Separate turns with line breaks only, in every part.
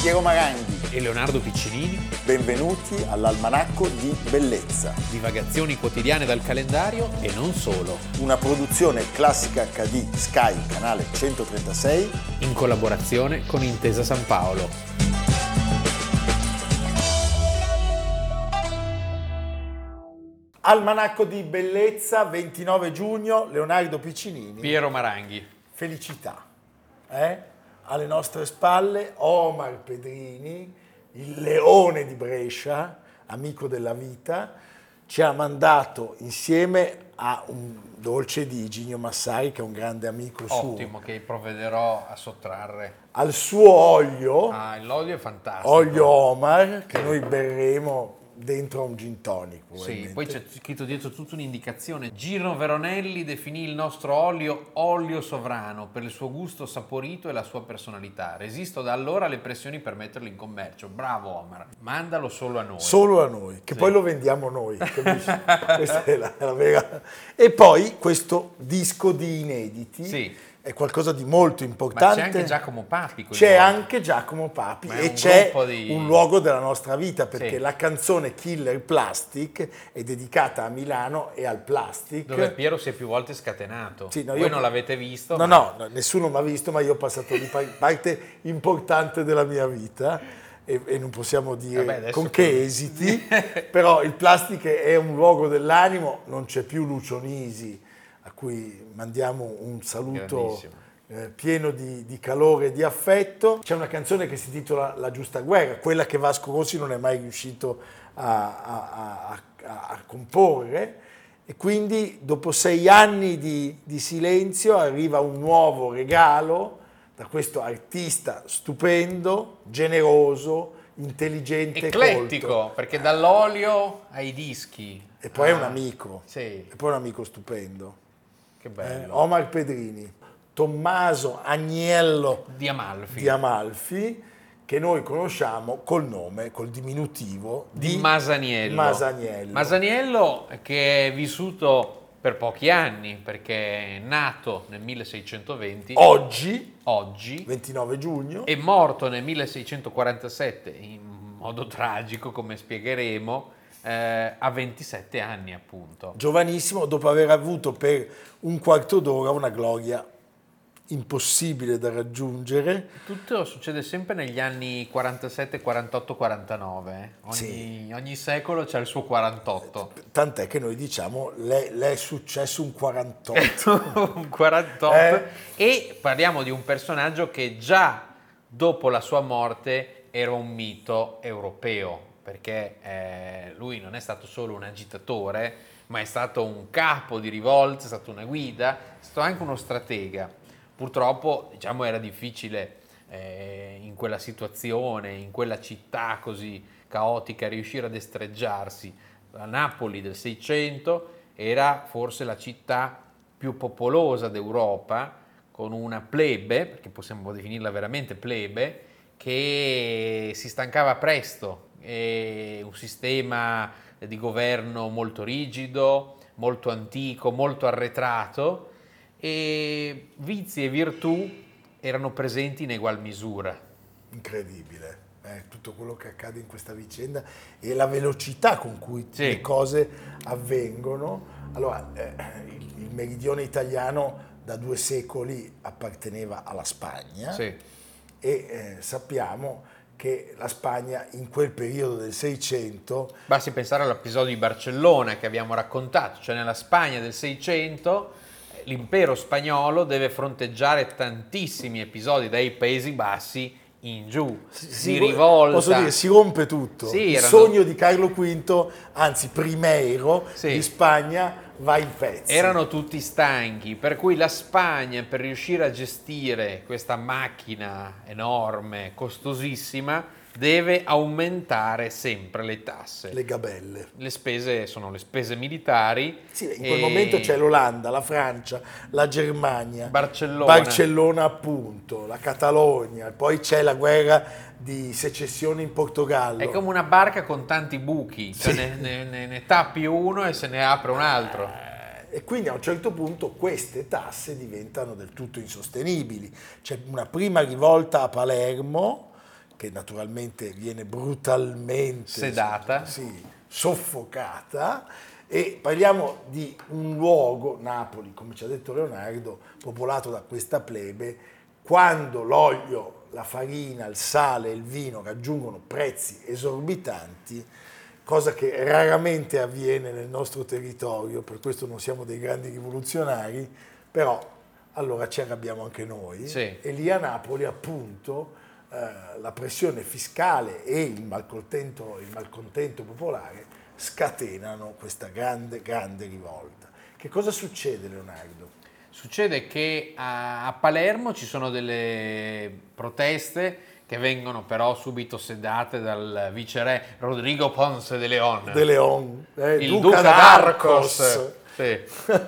Piero Maranghi.
e Leonardo Piccinini,
Benvenuti all'Almanacco di Bellezza,
divagazioni quotidiane dal calendario e non solo,
una produzione classica HD Sky, canale 136.
in collaborazione con Intesa San Paolo.
Almanacco di Bellezza, 29 giugno, Leonardo Piccinini.
Piero Maranghi.
Felicità. eh? Alle nostre spalle Omar Pedrini, il leone di Brescia, amico della vita, ci ha mandato insieme a un dolce di Iginio Massari, che è un grande amico suo,
che provvederò a sottrarre.
al suo olio,
Ah, l'olio è fantastico.
olio Omar, che noi berremo dentro a un gin tonic.
Sì,
probabilmente.
poi c'è scritto dietro tutta un'indicazione. Gino Veronelli definì il nostro olio olio sovrano per il suo gusto saporito e la sua personalità. Resisto da allora alle pressioni per metterlo in commercio. Bravo Omar, mandalo solo a noi.
Solo a noi, che poi lo vendiamo noi, capisci? Questa è la, la vera. E poi questo disco di inediti
Sì.
è qualcosa di molto
Ma
importante.
c'è anche Giacomo Papi. con i
C'è
Olio.
anche Giacomo Papi
Ma è
e
un
c'è
gruppo di-
un luogo della nostra vita perché
Sì.
la canzone Killer Plastic è dedicata a Milano e al plastic.
Dove Piero si è più volte scatenato.
Sì, no,
Voi
io-
non l'avete visto.
No,
ma-
no, no, nessuno mi ha visto, ma io ho passato di pa- parte importante della mia vita e, e non possiamo dire
Vabbè, adesso
con che
poi-
esiti, però il plastica è un luogo dell'animo, non c'è più Lucio Nisi, a cui mandiamo un saluto
Grandissimo.
eh, pieno di, di calore e di affetto. C'è una canzone che si intitola La giusta guerra, quella che Vasco Rossi non è mai riuscito a, a- a- a- a comporre. E quindi dopo sei anni di, di silenzio arriva un nuovo regalo da questo artista stupendo, generoso, intelligente,
Eclettico,
colto.
perché dall'olio ai dischi.
E poi è un
Ah,
amico,
Sì,
e poi è un amico stupendo.
che
Eh,
bello.
Omar Pedrini, Tommaso Agnello
Di Amalfi.
di Amalfi che noi conosciamo col nome, col diminutivo
di Masaniello.
Masaniello.
Masaniello che è vissuto per pochi anni perché è nato nel 1620,
Oh. Oggi,
oggi,
29 giugno,
è morto nel 1647 in modo tragico come spiegheremo, eh, a 27 anni appunto.
giovanissimo, dopo aver avuto per un quarto d'ora una gloria impossibile da raggiungere,
Tutto succede sempre negli anni 47, 48, 49. eh. Ogni,
Sì.
ogni secolo c'è il suo 48.
tant'è che noi diciamo le, le è successo un 48.
un 48
Eh.
e parliamo di un personaggio che già dopo la sua morte era un mito europeo perché eh, lui non è stato solo un agitatore ma è stato un capo di rivolte, è stato una guida, è stato anche uno stratega. Purtroppo diciamo era difficile eh, in quella situazione, in quella città così caotica riuscire a destreggiarsi. La Napoli del 600 era forse la città più popolosa d'Europa, con una plebe, perché possiamo definirla veramente plebe, che si stancava presto, e un sistema di governo molto rigido, molto antico, molto arretrato e vizi e virtù erano presenti in egual misura.
incredibile eh, tutto quello che accade in questa vicenda e la velocità con cui
Sì.
le cose avvengono. Allora, eh, il, il meridione italiano da due secoli apparteneva alla Spagna
Sì.
e eh, sappiamo che la Spagna in quel periodo del Seicento
Basti pensare all'episodio di Barcellona che abbiamo raccontato, cioè nella Spagna del 600 eh, l'impero spagnolo deve fronteggiare tantissimi episodi dai Paesi Bassi in giù, di rivolta.
Posso dire, si rompe tutto.
Sì,
il
erano-
sogno di Carlo V, anzi Primeiro
Sì.
di Spagna, va in pezzi.
Erano tutti stanchi, per cui la Spagna per riuscire a gestire questa macchina enorme, costosissima, deve aumentare sempre le tasse.
le gabelle.
Le spese sono le spese militari.
Sì, in quel
e-
momento c'è l'Olanda, la Francia, la Germania,
Barcellona.
Barcellona, appunto, la Catalogna, poi c'è la guerra di secessione in Portogallo.
È come una barca con tanti buchi, cioè ne, ne- ne- ne tappi uno e se ne apre un altro.
Ah. E quindi a un certo punto queste tasse diventano del tutto insostenibili. C'è una prima rivolta a Palermo che naturalmente viene brutalmente
Sedata.
sì, soffocata e parliamo di un luogo, Napoli, come ci ha detto Leonardo, popolato da questa plebe, quando l'olio, la farina, il sale e il vino raggiungono prezzi esorbitanti, cosa che raramente avviene nel nostro territorio, per questo non siamo dei grandi rivoluzionari, però allora ci arrabbiamo anche noi
Sì.
e lì a Napoli appunto eh, la pressione fiscale e il malcontento, il malcontento popolare scatenano questa grande, grande rivolta. Che cosa succede Leonardo?
Succede che a, a Palermo ci sono delle proteste che vengono però subito sedate dal viceré Rodrigo Ponce de Leon,
De Leon, eh,
il
Duca,
duca
d'Arcos.
d'Arcos. Sì.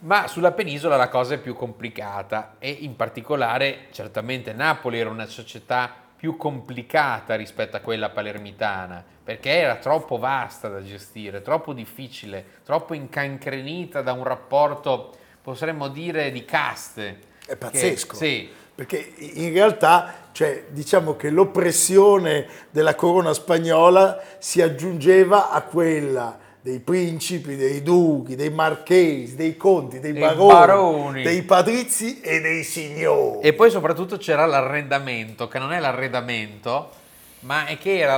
Ma sulla penisola la cosa è più complicata e in particolare certamente Napoli era una società più complicata rispetto a quella palermitana perché era troppo vasta da gestire, troppo difficile, troppo incancrenita da un rapporto potremmo dire di caste.
È pazzesco.
Che- sì,
Perché in realtà, cioè, diciamo che l'oppressione della corona spagnola si aggiungeva a quella dei principi, dei duchi, dei marchesi, dei conti, dei
Dei
baroni,
baroni.
dei patrizi e dei signori.
E poi soprattutto c'era l'arredamento, che non è l'arredamento, ma è che era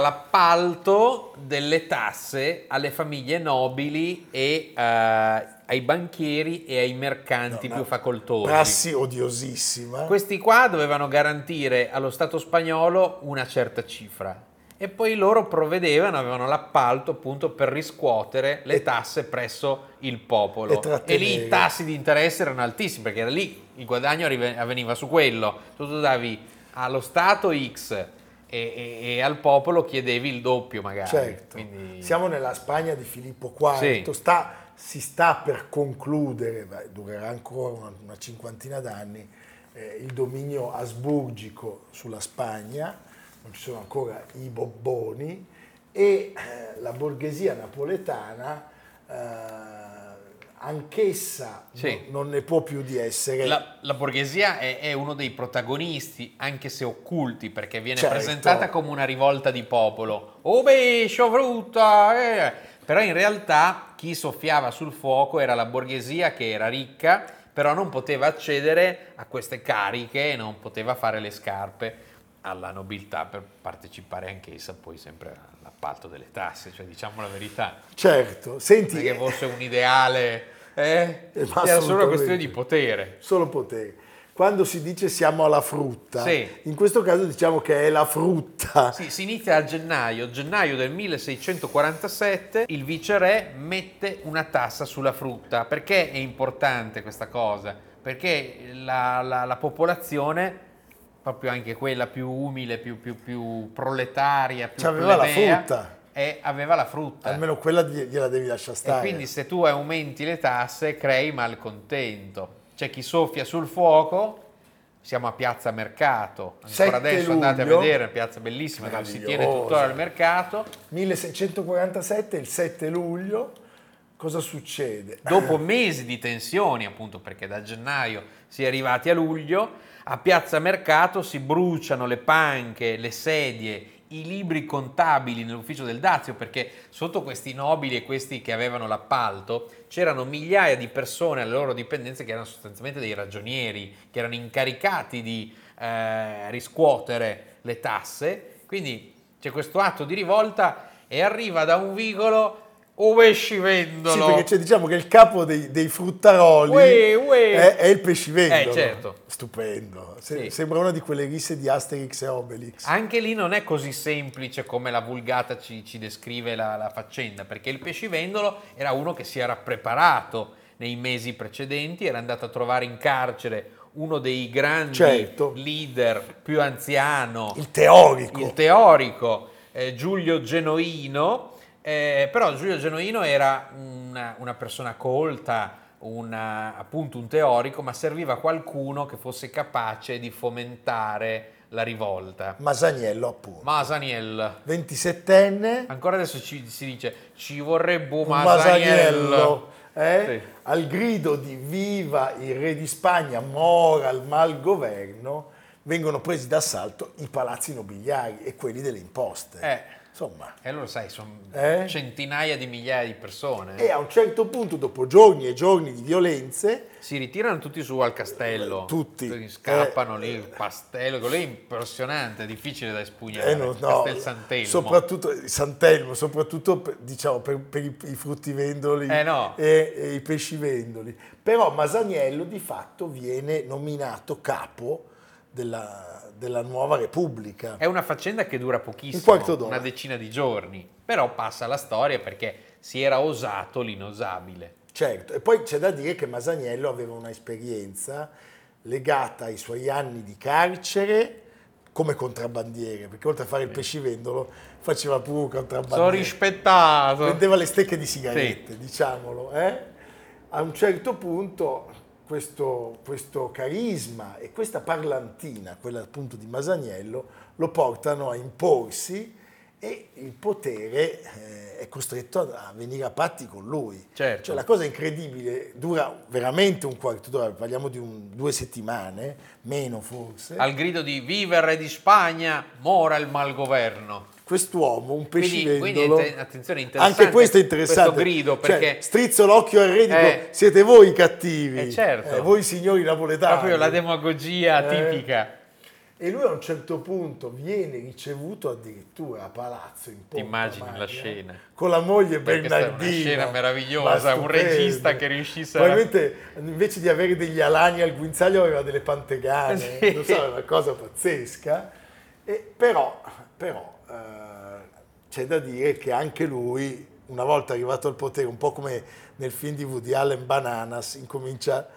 l'appalto delle tasse alle famiglie nobili e eh, ai banchieri e ai mercanti
No,
più
ma
facoltosi.
Prassi odiosissima.
Questi qua dovevano garantire allo Stato spagnolo una certa cifra e poi loro provvedevano, avevano l'appalto appunto per riscuotere le
E-
tasse presso il
e
popolo. E,
trattenere.
lì i tassi di interesse erano altissimi perché era lì il guadagno arrive- avveniva su quello. Tu tu davi allo Stato X e, e- e al popolo chiedevi il doppio magari.
Certo.
Quindi-
Siamo nella Spagna di Filippo IV,
Sì.
Sta- si sta per concludere, beh, durerà ancora una, una cinquantina d'anni, eh, il dominio asburgico sulla Spagna, non ci sono ancora i Bobboni e eh, la borghesia napoletana eh, anch'essa
Sì.
no- non ne può più di essere.
La, la borghesia è, è uno dei protagonisti, anche se occulti, perché viene
Certo.
presentata come una rivolta di popolo. Oh beh, sciofrutta! eh. Però in realtà chi soffiava sul fuoco era la borghesia che era ricca, però non poteva accedere a queste cariche e non poteva fare le scarpe alla nobiltà per partecipare anch'essa poi sempre all'appalto delle tasse, cioè diciamo la verità.
Certo, senti,
Non è che fosse un ideale, eh?
Eh, ma
era solo una
assolutamente.
questione di potere.
solo potere. Quando si dice siamo alla frutta,
Sì.
in questo caso diciamo che è la frutta.
Sì, si inizia a gennaio, gennaio del 1647, il viceré mette una tassa sulla frutta. Perché è importante questa cosa? Perché la, la- la popolazione, proprio anche quella più umile, più, più- più proletaria, più
C'aveva la
plebea,
frutta.
eh, aveva la frutta.
Almeno quella gli- gliela devi lasciare
E
stare.
quindi se tu aumenti le tasse crei malcontento. C'è chi soffia sul fuoco, siamo a Piazza Mercato, ancora
7
adesso andate a
luglio.
vedere, piazza bellissima dove si tiene
Meravigliosa.
tuttora il mercato.
1647, il 7 luglio, cosa succede?
Dopo mesi di tensioni, appunto perché da gennaio si è arrivati a luglio, a Piazza Mercato si bruciano le panche, le sedie, i libri contabili nell'ufficio del Dazio, perché sotto questi nobili e questi che avevano l'appalto c'erano migliaia di persone alle loro dipendenze che erano sostanzialmente dei ragionieri, che erano incaricati di eh, riscuotere le tasse. Quindi c'è questo atto di rivolta e arriva da un vicolo ove scivendolo.
Sì, perché c'è, diciamo che il capo dei, dei fruttaroli
Uè, uè.
È, è il pescivendolo.
Eh, certo.
Stupendo. Se-
Sì. Ah,
Sembra una di quelle risse di Asterix e Obelix.
Anche lì non è così semplice come la vulgata ci, ci descrive la, la faccenda, perché il pescivendolo era uno che si era preparato nei mesi precedenti, era andato a trovare in carcere uno dei grandi
Certo.
leader più anziano,
Il teorico.
il teorico eh, Giulio Genoino, eh, però Giulio Genoino era una, una persona colta, una- appunto un teorico, ma serviva qualcuno che fosse capace di fomentare la rivolta.
Masaniello, appunto.
Masaniel.
27enne,
Ancora adesso ci, si dice ci vorrebbe un
un
Masaniel.
Masaniello. eh?
Sì.
Al grido di viva il re di Spagna, mora al mal governo, vengono presi d'assalto i palazzi nobiliari e quelli delle imposte.
Eh.
Insomma,
E allora sai, sono
Eh?
centinaia di migliaia di persone.
e a un certo punto, dopo giorni e giorni di violenze,
Si ritirano tutti su al castello.
Tutti.
Tutti Scappano
Eh.
lì, il pastello, quello lì è impressionante, è difficile da espugnare.
Eh, no, no,
Castel Sant'Elmo.
Soprattutto Santelmo, soprattutto per, diciamo, per, per i, i fruttivendoli
Eh, no.
e, e i pescivendoli. Però Masaniello di fatto viene nominato capo della, della nuova Repubblica.
È una faccenda che dura pochissimo,
Un quarto d'ora.
una decina di giorni, però passa alla storia perché si era osato l'inosabile.
Certo, e poi c'è da dire che Masaniello aveva un'esperienza legata ai suoi anni di carcere come contrabbandiere, perché oltre a fare il pescivendolo faceva pure un
Sono
contrabbandiere.
rispettato.
vendeva le stecche di sigarette, diciamolo. eh. A un certo punto questo, questo carisma e questa parlantina, quella appunto di Masaniello, lo portano a imporsi e il potere eh, è costretto a a venire a patti con lui.
Certo.
Cioè, la cosa incredibile dura veramente un quarto d'ora, parliamo di un- due settimane, meno forse.
Al grido di viva il re di Spagna, mora il malgoverno.
Quest'uomo, un
Quindi,
pescivendolo...
quindi atten- attenzione, interessante.
Anche questo è interessante.
Questo grido
Cioè,
perché
strizzo l'occhio al re e dico,
Eh.
siete voi i cattivi.
Eh, certo.
Eh, voi signori napoletani.
proprio la demagogia
Eh.
tipica.
E lui a un certo punto viene ricevuto addirittura a palazzo in Porta
immagini
Magna,
la scena.
Con la moglie
Perché questa è una
Bernardina.
scena meravigliosa,
Ma
un
stupendo.
regista che riuscisse a-
Probabilmente invece di avere degli alani al guinzaglio aveva delle pantegane,
Sì.
non so, è una cosa pazzesca. E però però, eh, c'è da dire che anche lui, una volta arrivato al potere, un po' come nel film di Woody Allen Bananas, incomincia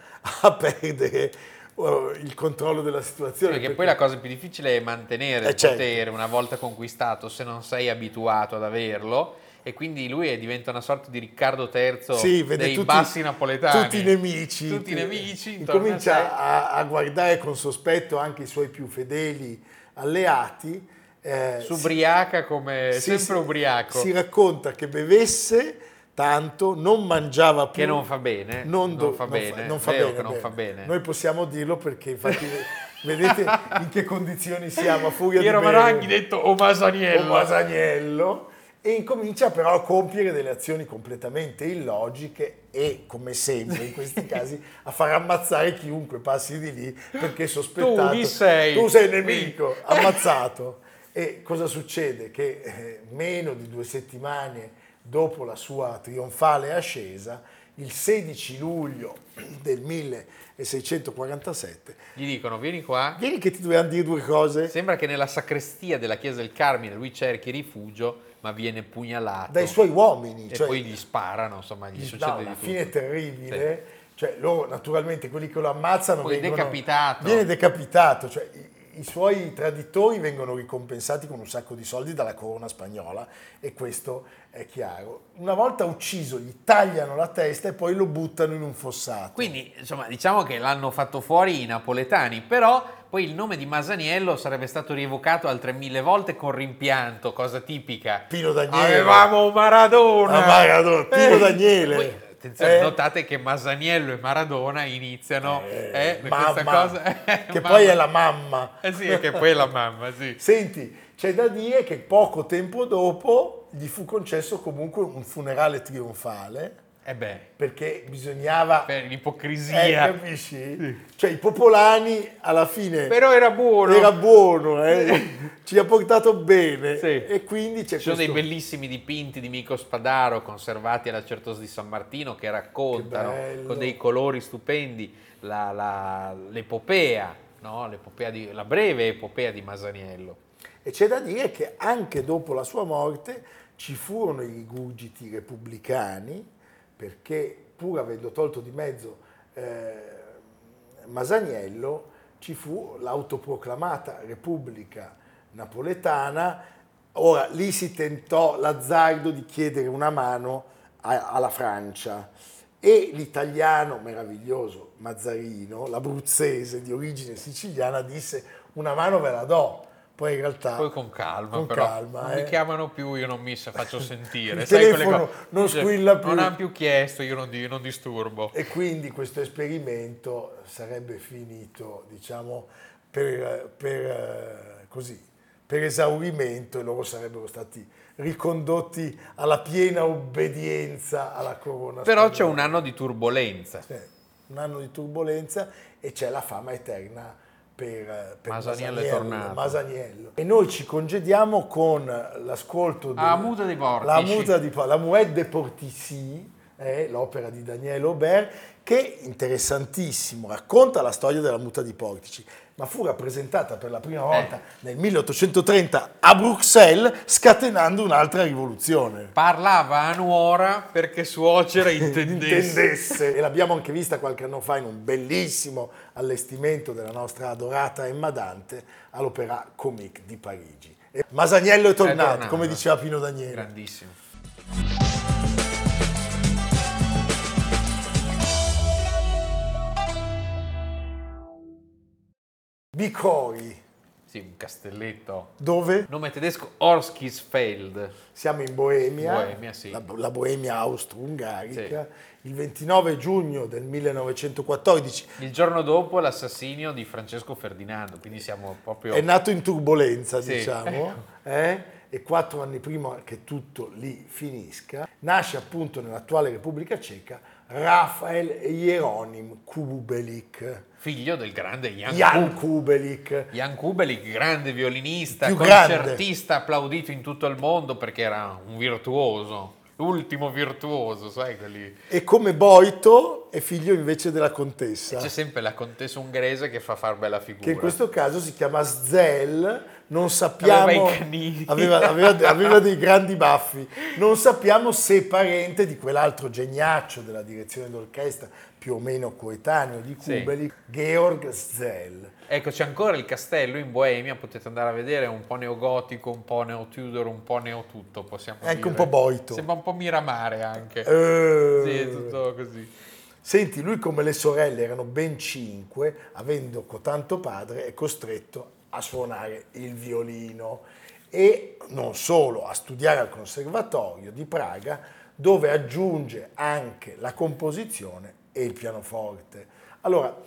a perdere eh, il controllo della
Sì,
situazione. perché-
Perché Cioè, poi la cosa più difficile è mantenere
Eh,
il
certo.
potere una volta conquistato se non sei abituato ad averlo e quindi lui è- diventa una sorta di Riccardo III
Sì, vede
Certo, dei
tutti,
bassi napoletani.
tutti i nemici.
Tutti i nemici intorno a sé.
Comincia a, a guardare con sospetto anche i suoi più fedeli alleati. eh,
Su ubriaca come
si-
sempre
si-
ubriaco
Si racconta che bevesse tanto, non mangiava più.
che non fa bene,
non, do-
fa
non
bene,
non fa
vero
bene,
che non
bene.
fa bene.
Noi possiamo dirlo perché infatti vedete in che condizioni siamo a furia
Piero
di bere.
Maranghi detto o Masaniello.
o Masaniello e incomincia però a compiere delle azioni completamente illogiche e come sempre in questi casi a far ammazzare chiunque passi di lì perché è sospettato
Tu chi sei?
tu sei nemico ammazzato e cosa succede che eh, meno di due settimane dopo la sua trionfale ascesa il 16 luglio del 1647
Gli dicono vieni qua.
vieni che ti dovevano dire due cose
Sembra che nella sacrestia della chiesa del Carmine lui cerchi rifugio, ma viene pugnalato.
dai suoi uomini
e
cioè-
poi gli sparano, insomma, gli
Gli-
succede
no,
di
alla
tutto.
fine è terribile. Cioè, loro naturalmente quelli che lo ammazzano
Poi
vengono-
decapitato.
Viene decapitato, cioè i, i suoi traditori vengono ricompensati con un sacco di soldi dalla corona spagnola e questo è chiaro. Una volta ucciso gli tagliano la testa e poi lo buttano in un fossato.
Quindi, insomma, diciamo che l'hanno fatto fuori i napoletani, però poi il nome di Masaniello sarebbe stato rievocato altre mille volte con rimpianto, cosa tipica.
Pino Daniele.
Avevamo Maradona!
Ah, Maradona, Pino Daniele.
Poi, attenzione,
Eh.
notate che Masaniello e Maradona iniziano eh,
Eh,
questa
mamma,
cosa. eh,
che
mamma.
poi è la mamma.
Eh sì, che poi è la mamma, sì.
Senti, c'è da dire che poco tempo dopo gli fu concesso comunque un funerale trionfale
E Eh beh,
perché bisognava
per
Eh,
l'ipocrisia.
capisci? Cioè i popolani alla fine
però era buono.
era buono, eh? ci ha portato bene
Sì.
e quindi c'è
Ci sono dei
questo-
bellissimi dipinti di Mico Spadaro conservati alla Certosa di San Martino che raccontano
Che bello.
con dei colori stupendi la- la- l'epopea, no? L'epopea di- la breve epopea di Masaniello.
E c'è da dire che anche dopo la sua morte ci furono i rigurgiti repubblicani perché pur avendo tolto di mezzo eh, Masaniello ci fu l'autoproclamata Repubblica Napoletana. Ora lì si tentò l'azzardo di chiedere una mano a- alla Francia e l'italiano meraviglioso Mazzarino, l'abruzzese di origine siciliana, disse una mano ve la do. Poi in realtà
Poi con calma,
Ah, con
però
calma,
non
eh.
mi chiamano più, io non mi se- faccio sentire.
Il
quelle
telefono
cose-
non
Dice,
squilla più. Esatto.
Non hanno più chiesto, io non, di- non disturbo.
E quindi questo esperimento sarebbe finito, diciamo, per, per, eh, così, per esaurimento e loro sarebbero stati ricondotti alla piena obbedienza alla corona.
Però c'è
spagnola.
un anno di turbolenza.
Cioè, un anno di turbolenza e c'è la fama eterna per, eh, per
Masaniello è tornato.
Masaniello. E noi ci congediamo con l'ascolto
Ah, Muta dei Portici.
La Muta di Po- La Muette de Portici, eh, l'opera di Daniele Aubert, che interessantissimo, racconta la storia della Muta di Portici, ma fu rappresentata per la prima
Eh.
volta nel 1830 a Bruxelles, scatenando un'altra rivoluzione.
Parlava a nuora perché suocera intendesse.
intendesse. E l'abbiamo anche vista qualche anno fa in un bellissimo allestimento della nostra adorata Emma Dante all'Opéra Comique di Parigi. E Masaniello è tornato,
tornato.
come diceva Pino Daniele.
Grandissimo.
Bicori,
Sì, un castelletto.
dove?
Nome tedesco Orskisfeld.
Siamo in Boemia,
Boemia, sì.
la, la Boemia austro-ungarica, il 29 giugno del 1914.
Il giorno dopo l'assassinio di Francesco Ferdinando, quindi siamo proprio...
È nato in turbolenza,
Sì. Ecco.
diciamo, eh? e quattro anni prima che tutto lì finisca, nasce appunto nell'attuale Repubblica Ceca Rafael Hieronym Kubelik,
figlio del grande Jan,
Jan
Kubelik.
Kubelik,
Jan Kubelik, grande violinista,
Più grande.
concertista applaudito in tutto il mondo perché era un virtuoso, l'ultimo virtuoso, sai quelli...
e come Boito è figlio invece della contessa,
C'è sempre la contessa ungrese che fa far bella figura.
che in questo caso si chiama Szel, non sappiamo...
Aveva i canini.
Aveva, aveva- aveva dei grandi baffi. Non sappiamo se è parente di quell'altro geniaccio della direzione d'orchestra, più o meno coetaneo di
Sì.
Kubeli, Georg Zell.
Ecco, c'è ancora il castello in Boemia, potete andare a vedere, è un po' neogotico, un po' neo-Tudor, un po' neo-tutto, possiamo
È anche
dire.
Ecco un po' boito.
Sembra un po' Miramare anche.
Eh.
eh. Sì, è tutto così.
Senti, lui come le sorelle erano ben cinque, avendo cotanto padre, è costretto a suonare il violino e non solo, a studiare al Conservatorio di Praga, dove aggiunge anche la composizione e il pianoforte. Allora,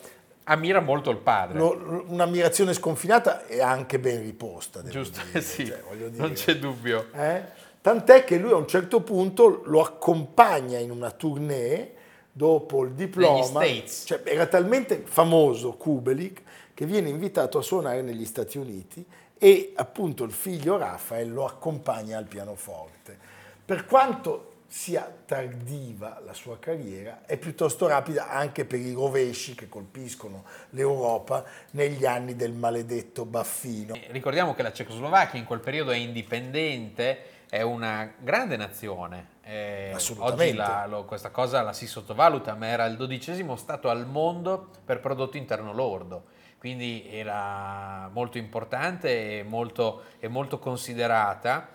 Ammira molto il padre.
lo- lo- un'ammirazione sconfinata e anche ben riposta. devo
Giusto,
dire,
sì,
cioè, voglio dire.
non c'è dubbio.
Eh? Tant'è che lui a un certo punto lo accompagna in una tournée dopo il diploma.
Negli States.
Cioè, era talmente famoso Kubelik che viene invitato a suonare negli Stati Uniti e appunto il figlio Rafael lo accompagna al pianoforte. Per quanto sia tardiva la sua carriera, è piuttosto rapida anche per i rovesci che colpiscono l'Europa negli anni del maledetto baffino.
Eh, Ricordiamo che la Cecoslovacchia in quel periodo è indipendente, è una grande nazione. Eh,
Assolutamente.
oggi la- lo- questa cosa la si sottovaluta, ma era il dodicesimo stato al mondo per prodotto interno lordo. Quindi era molto importante e molto, e molto considerata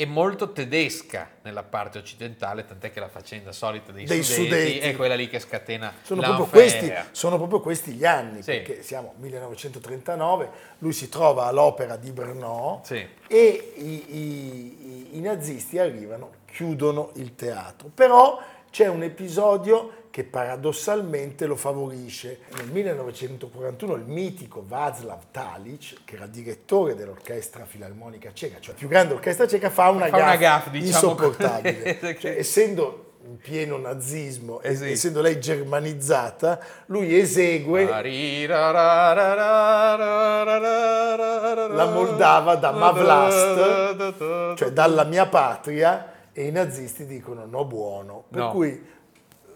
e molto tedesca nella parte occidentale, tant'è che la faccenda solita dei,
Dei
sudeti,
Sudeti.
è quella lì che scatena
Sono
l'Anfea.
proprio, questi, sono proprio questi gli anni,
Sì.
perché siamo 1939, lui si trova all'opera di Brno
Sì.
e i, i- i- i nazisti arrivano, chiudono il teatro. Però c'è un episodio che paradossalmente lo favorisce. Nel 1941 il mitico Václav Talic, che era direttore dell'orchestra filarmonica ceca, cioè la più grande orchestra ceca, fa una
Fa una
gaffe
gaffe, diciamo.
insopportabile.
Che-
Cioè, essendo in pieno nazismo, e-
Eh sì.
essendo lei germanizzata, lui
Ah,
esegue
La
Moldava da Mavlast, cioè dalla mia patria e i nazisti dicono no buono, per
No.
cui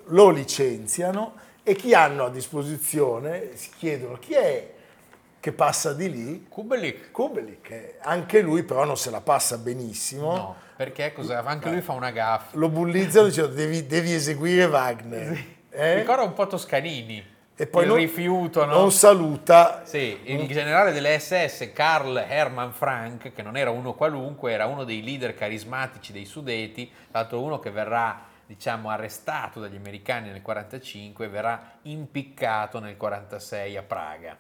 lo licenziano e chi hanno a disposizione si chiedono chi è che passa di lì.
Kubelik.
Kubelik, eh, anche lui però non se la passa benissimo.
No, perché cos'è? Anche lui fa una gaffa.
Lo bullizzano dicendo devi, devi eseguire Wagner. eh?
Ricorda un po' Toscanini.
E poi
il
non-
rifiuto, no?
Non saluta
Sì, il generale delle SS Karl Hermann Frank, che non era uno qualunque, era uno dei leader carismatici dei Sudeti, l'altro uno che verrà, diciamo, arrestato dagli americani nel 45 e verrà impiccato nel 46 a Praga.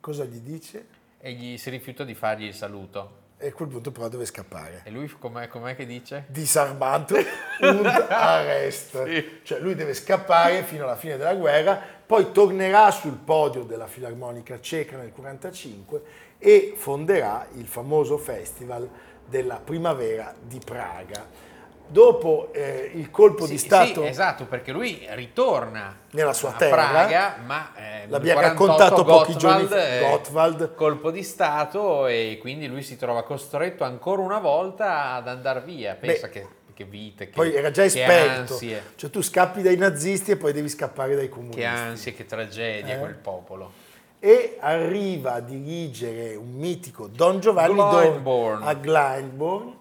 Cosa gli dice?
e gli si rifiuta di fargli il saluto.
E a quel punto però deve scappare.
E lui com'è, com'è che dice?
Disarmato und arrest.
Sì.
Cioè lui deve scappare fino alla fine della guerra, poi tornerà sul podio della Filarmonica Ceca nel 1945 e fonderà il famoso festival della primavera di Praga. Dopo eh, il colpo
Sì,
di Stato...
sì, esatto, perché lui ritorna
Nella sua
a
terra.
Praga, ma eh, nel
L'abbiamo
48
raccontato pochi giorni
Gottwald,
fa, Gottwald.
colpo di stato e quindi lui si trova costretto ancora una volta ad andare via. Pensa che, che vite, che,
Poi era già
che
esperto.
ansie,
Cioè tu scappi dai nazisti e poi devi scappare dai comunisti.
che ansie, che tragedia
Eh.
quel popolo.
e arriva a dirigere un mitico Don Giovanni
Glyndebourne.
Don- a Glyndebourne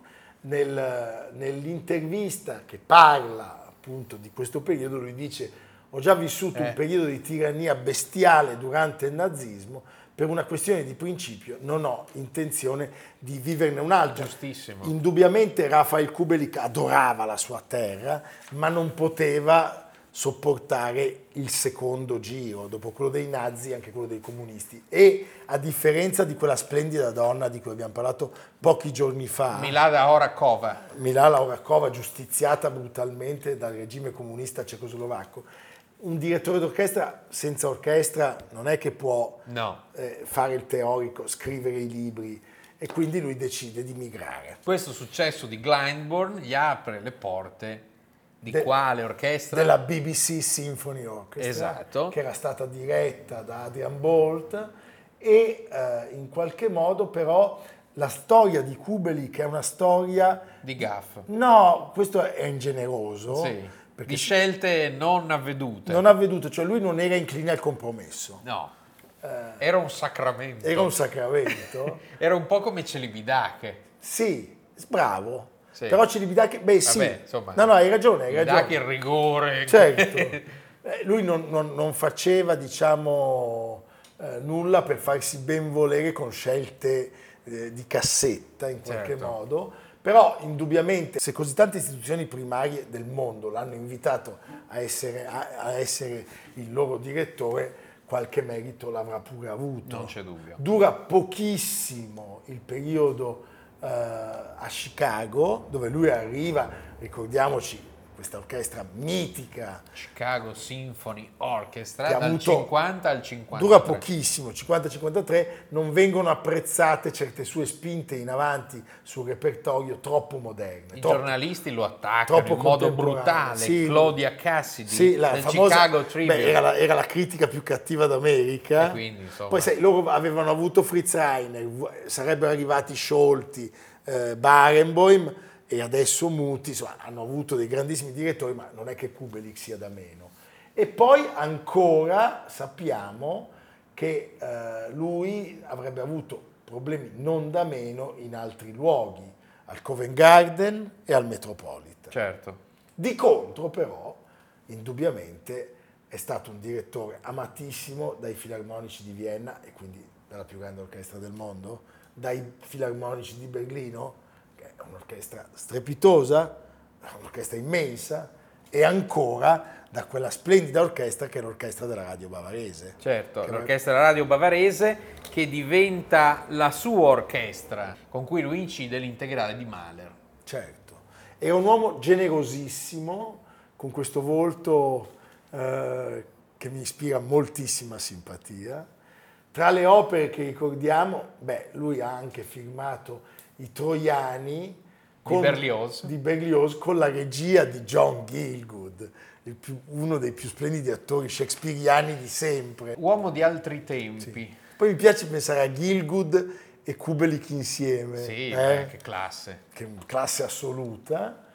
nel- nell'intervista che parla appunto di questo periodo lui dice ho già vissuto
Eh.
un periodo di tirannia bestiale durante il nazismo per una questione di principio non ho intenzione di viverne un altro
Giustissimo.
indubbiamente Rafael Kubelik adorava la sua terra ma non poteva sopportare il secondo giro, dopo quello dei nazi anche quello dei comunisti. E a differenza di quella splendida donna di cui abbiamo parlato pochi giorni fa,
Milada Orakova.
Milala Orakova, giustiziata brutalmente dal regime comunista cecoslovacco, un direttore d'orchestra senza orchestra non è che può
No.
eh, fare il teorico, scrivere i libri e quindi lui decide di migrare.
Questo successo di Glyndebourne gli apre le porte di
De-
quale orchestra?
della BBC Symphony Orchestra,
Esatto.
che era stata diretta da Adrian Bolt e eh, in qualche modo però la storia di Kubelik è una storia,
Di Gaff.
no, questo è ingeneroso,
Sì.
perché
Di scelte non avvedute.
non ha veduto, cioè lui non era incline al compromesso,
No, era un sacramento.
Eh, era un sacramento,
Era un po' come Celibidache.
sì, bravo,
Sì.
però Celibidache, beh sì,
Vabbè, insomma,
no no hai ragione, hai
Celibidache
ragione.
il rigore.
Eh, Certo, Eh, lui non, non- non faceva diciamo, eh, nulla per farsi benvolere con scelte eh, di cassetta in qualche
Certo.
modo, però indubbiamente se così tante istituzioni primarie del mondo l'hanno invitato a essere, a- a essere il loro direttore, qualche merito l'avrà pure avuto.
Non c'è dubbio.
Dura pochissimo il periodo eh, a Chicago, dove lui arriva, ricordiamoci, questa orchestra mitica,
Chicago Symphony Orchestra
Che ha
dal
avuto-
50 al 50.
dura pochissimo, 50-53, non vengono apprezzate certe sue spinte in avanti sul repertorio troppo moderne.
I
troppo-
giornalisti lo attaccano
troppo
in modo
contemporaneo.
brutale.
Sì.
Claudia Cassidy
Sì, la
del
famosa-
Chicago
beh,
Tribune.
era, la, era la critica più cattiva d'America.
E quindi, insomma.
Poi sai, loro avevano avuto Fritz Reiner, vu- sarebbero arrivati Scholti, eh, Barenboim e adesso Muti, insomma, hanno avuto dei grandissimi direttori, ma non è che Kubelik sia da meno. E poi ancora sappiamo che eh, lui avrebbe avuto problemi non da meno in altri luoghi, al Covent Garden e al Metropolitan.
Certo.
Di contro, però, indubbiamente è stato un direttore amatissimo dai filarmonici di Vienna e quindi dalla più grande orchestra del mondo, dai filarmonici di Berlino, che è un'orchestra strepitosa, un'orchestra immensa, e ancora da quella splendida orchestra che è l'orchestra della radio bavarese.
Certo,
Che-
l'orchestra della radio bavarese che diventa la sua orchestra con cui lui incide l'integrale di Mahler.
Certo, era un uomo generosissimo, con questo volto eh, che mi ispira moltissima simpatia. Tra le opere che ricordiamo, beh, lui ha anche firmato I Troiani
Berlioz.
di Berlioz con la regia di John Gilgood, il più- uno dei più splendidi attori shakespeariani di sempre.
Uomo di altri tempi.
Poi mi piace pensare a Gilgood e Kubelik insieme.
Sì,
eh?
beh, che classe.
che è una classe assoluta,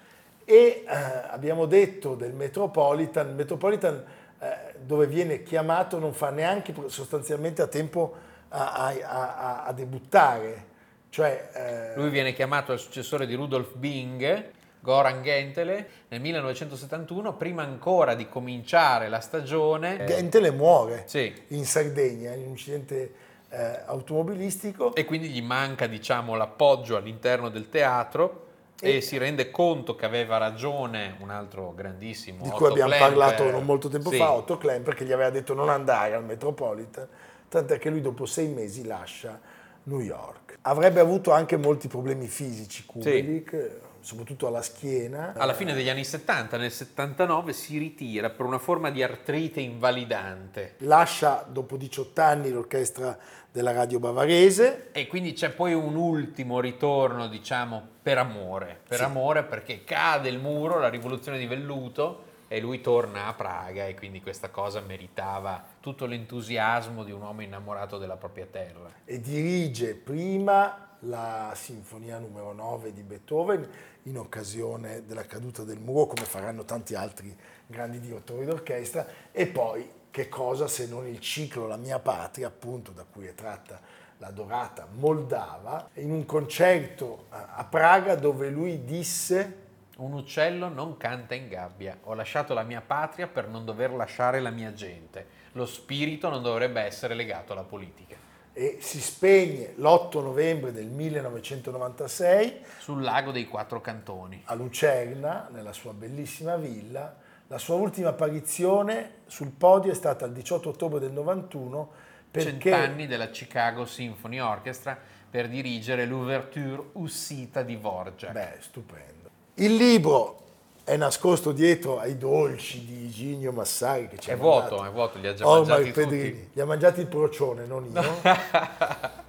e eh, abbiamo detto del Metropolitan, il Metropolitan eh, dove viene chiamato non fa neanche pro- sostanzialmente a tempo a, a- a- a- a debuttare, cioè eh,
Lui viene chiamato il successore di Rudolf Bing, Goran Gentele, nel 1971, prima ancora di cominciare la stagione.
Gentele muore
Eh. Sì.
in Sardegna in un incidente eh, automobilistico
E quindi gli manca, diciamo, l'appoggio all'interno del teatro e,
E-
si rende conto che aveva ragione un altro grandissimo
di
Otto
cui abbiamo
Klemperer.
parlato non molto tempo
Sì.
fa, Otto Klein, perché gli aveva detto non andare al Metropolitan, tant'è che lui dopo sei mesi lascia New York. Avrebbe avuto anche molti problemi fisici Kubelik, soprattutto alla schiena.
Alla fine degli anni 70, nel 79, si ritira per una forma di artrite invalidante.
Lascia dopo 18 anni l'orchestra della radio bavarese,
E quindi c'è poi un ultimo ritorno, diciamo, per amore. Per amore perché cade il muro, la rivoluzione di velluto e lui torna a Praga e quindi questa cosa meritava tutto l'entusiasmo di un uomo innamorato della propria terra.
e dirige prima la sinfonia numero 9 di Beethoven in occasione della caduta del muro, come faranno tanti altri grandi direttori d'orchestra, e poi che cosa se non il ciclo La mia patria, appunto da cui è tratta la dorata Moldava, in un concerto a a Praga dove lui disse
Un uccello non canta in gabbia. Ho lasciato la mia patria per non dover lasciare la mia gente. Lo spirito non dovrebbe essere legato alla politica.
e si spegne l'8 novembre del 1996
Sul lago dei quattro cantoni.
a Lucerna, nella sua bellissima villa. La sua ultima apparizione sul podio è stata il 18 ottobre del 91 perché
Cent'anni della Chicago Symphony Orchestra per dirigere l'ouverture Ussita di Vorgia.
beh, stupendo. Il libro è nascosto dietro ai dolci di Iginio Massari che ci
è
ha
vuoto,
mandato.
è vuoto, li ha già
Omar
mangiati
Pedrini,
tutti.
li ha mangiati il procione, non io.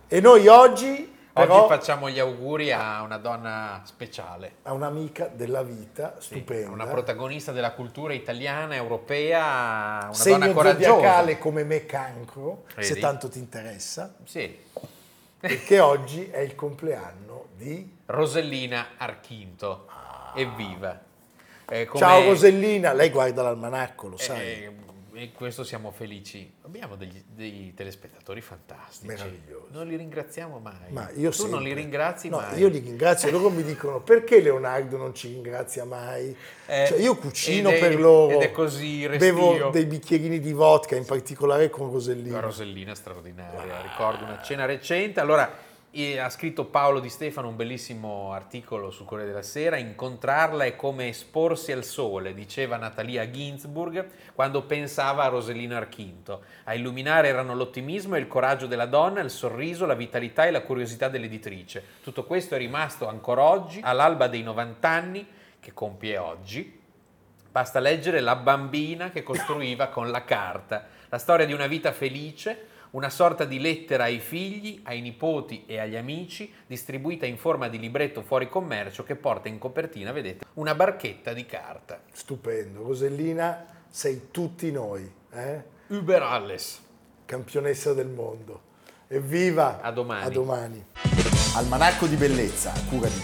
e noi oggi però
Oggi facciamo gli auguri a una donna speciale.
a un'amica della vita, stupenda.
Una protagonista della cultura italiana, europea, una
segno
donna coraggiosa.
zodiacale come me cancro, se
Vedi?
tanto ti interessa,
Sì,
perché oggi è il compleanno di...
Rosellina Archinto. Evviva. Eh, come-
Ah. Ciao Rosellina, lei guarda l'almanacco, lo
eh,
sai,
eh, e questo siamo felici. Abbiamo degli- dei telespettatori fantastici.
Meravigliosi.
Non li ringraziamo mai.
ma io
tu non li
sempre-
ringrazi
No,
mai.
io li ringrazio, loro mi dicono perché Leonardo non ci ringrazia mai?
Eh,
Cioè, io cucino
ed è-
per loro,
ed è così
bevo
restio.
dei bicchierini di vodka, in particolare con Rosellina.
La Rosellina straordinaria, ricordo una cena recente. Allora, eh, ha scritto Paolo Di Stefano un bellissimo articolo sul Corriere della Sera, incontrarla è come esporsi al sole, diceva Natalia Ginsburg quando pensava a Rosellina Archinto. A illuminare erano l'ottimismo e il coraggio della donna, il sorriso, la vitalità e la curiosità dell'editrice. Tutto questo è rimasto ancora oggi, all'alba dei 90 anni, che compie oggi, Basta leggere La bambina che costruiva con la carta, la storia di una vita felice, una sorta di lettera ai figli, ai nipoti e agli amici, distribuita in forma di libretto fuori commercio che porta in copertina, vedete, una barchetta di carta.
Stupendo, Rosellina sei tutti noi, eh?
Uber alles.
campionessa del mondo. Evviva!
A domani.
A domani.
Almanacco di bellezza a cura di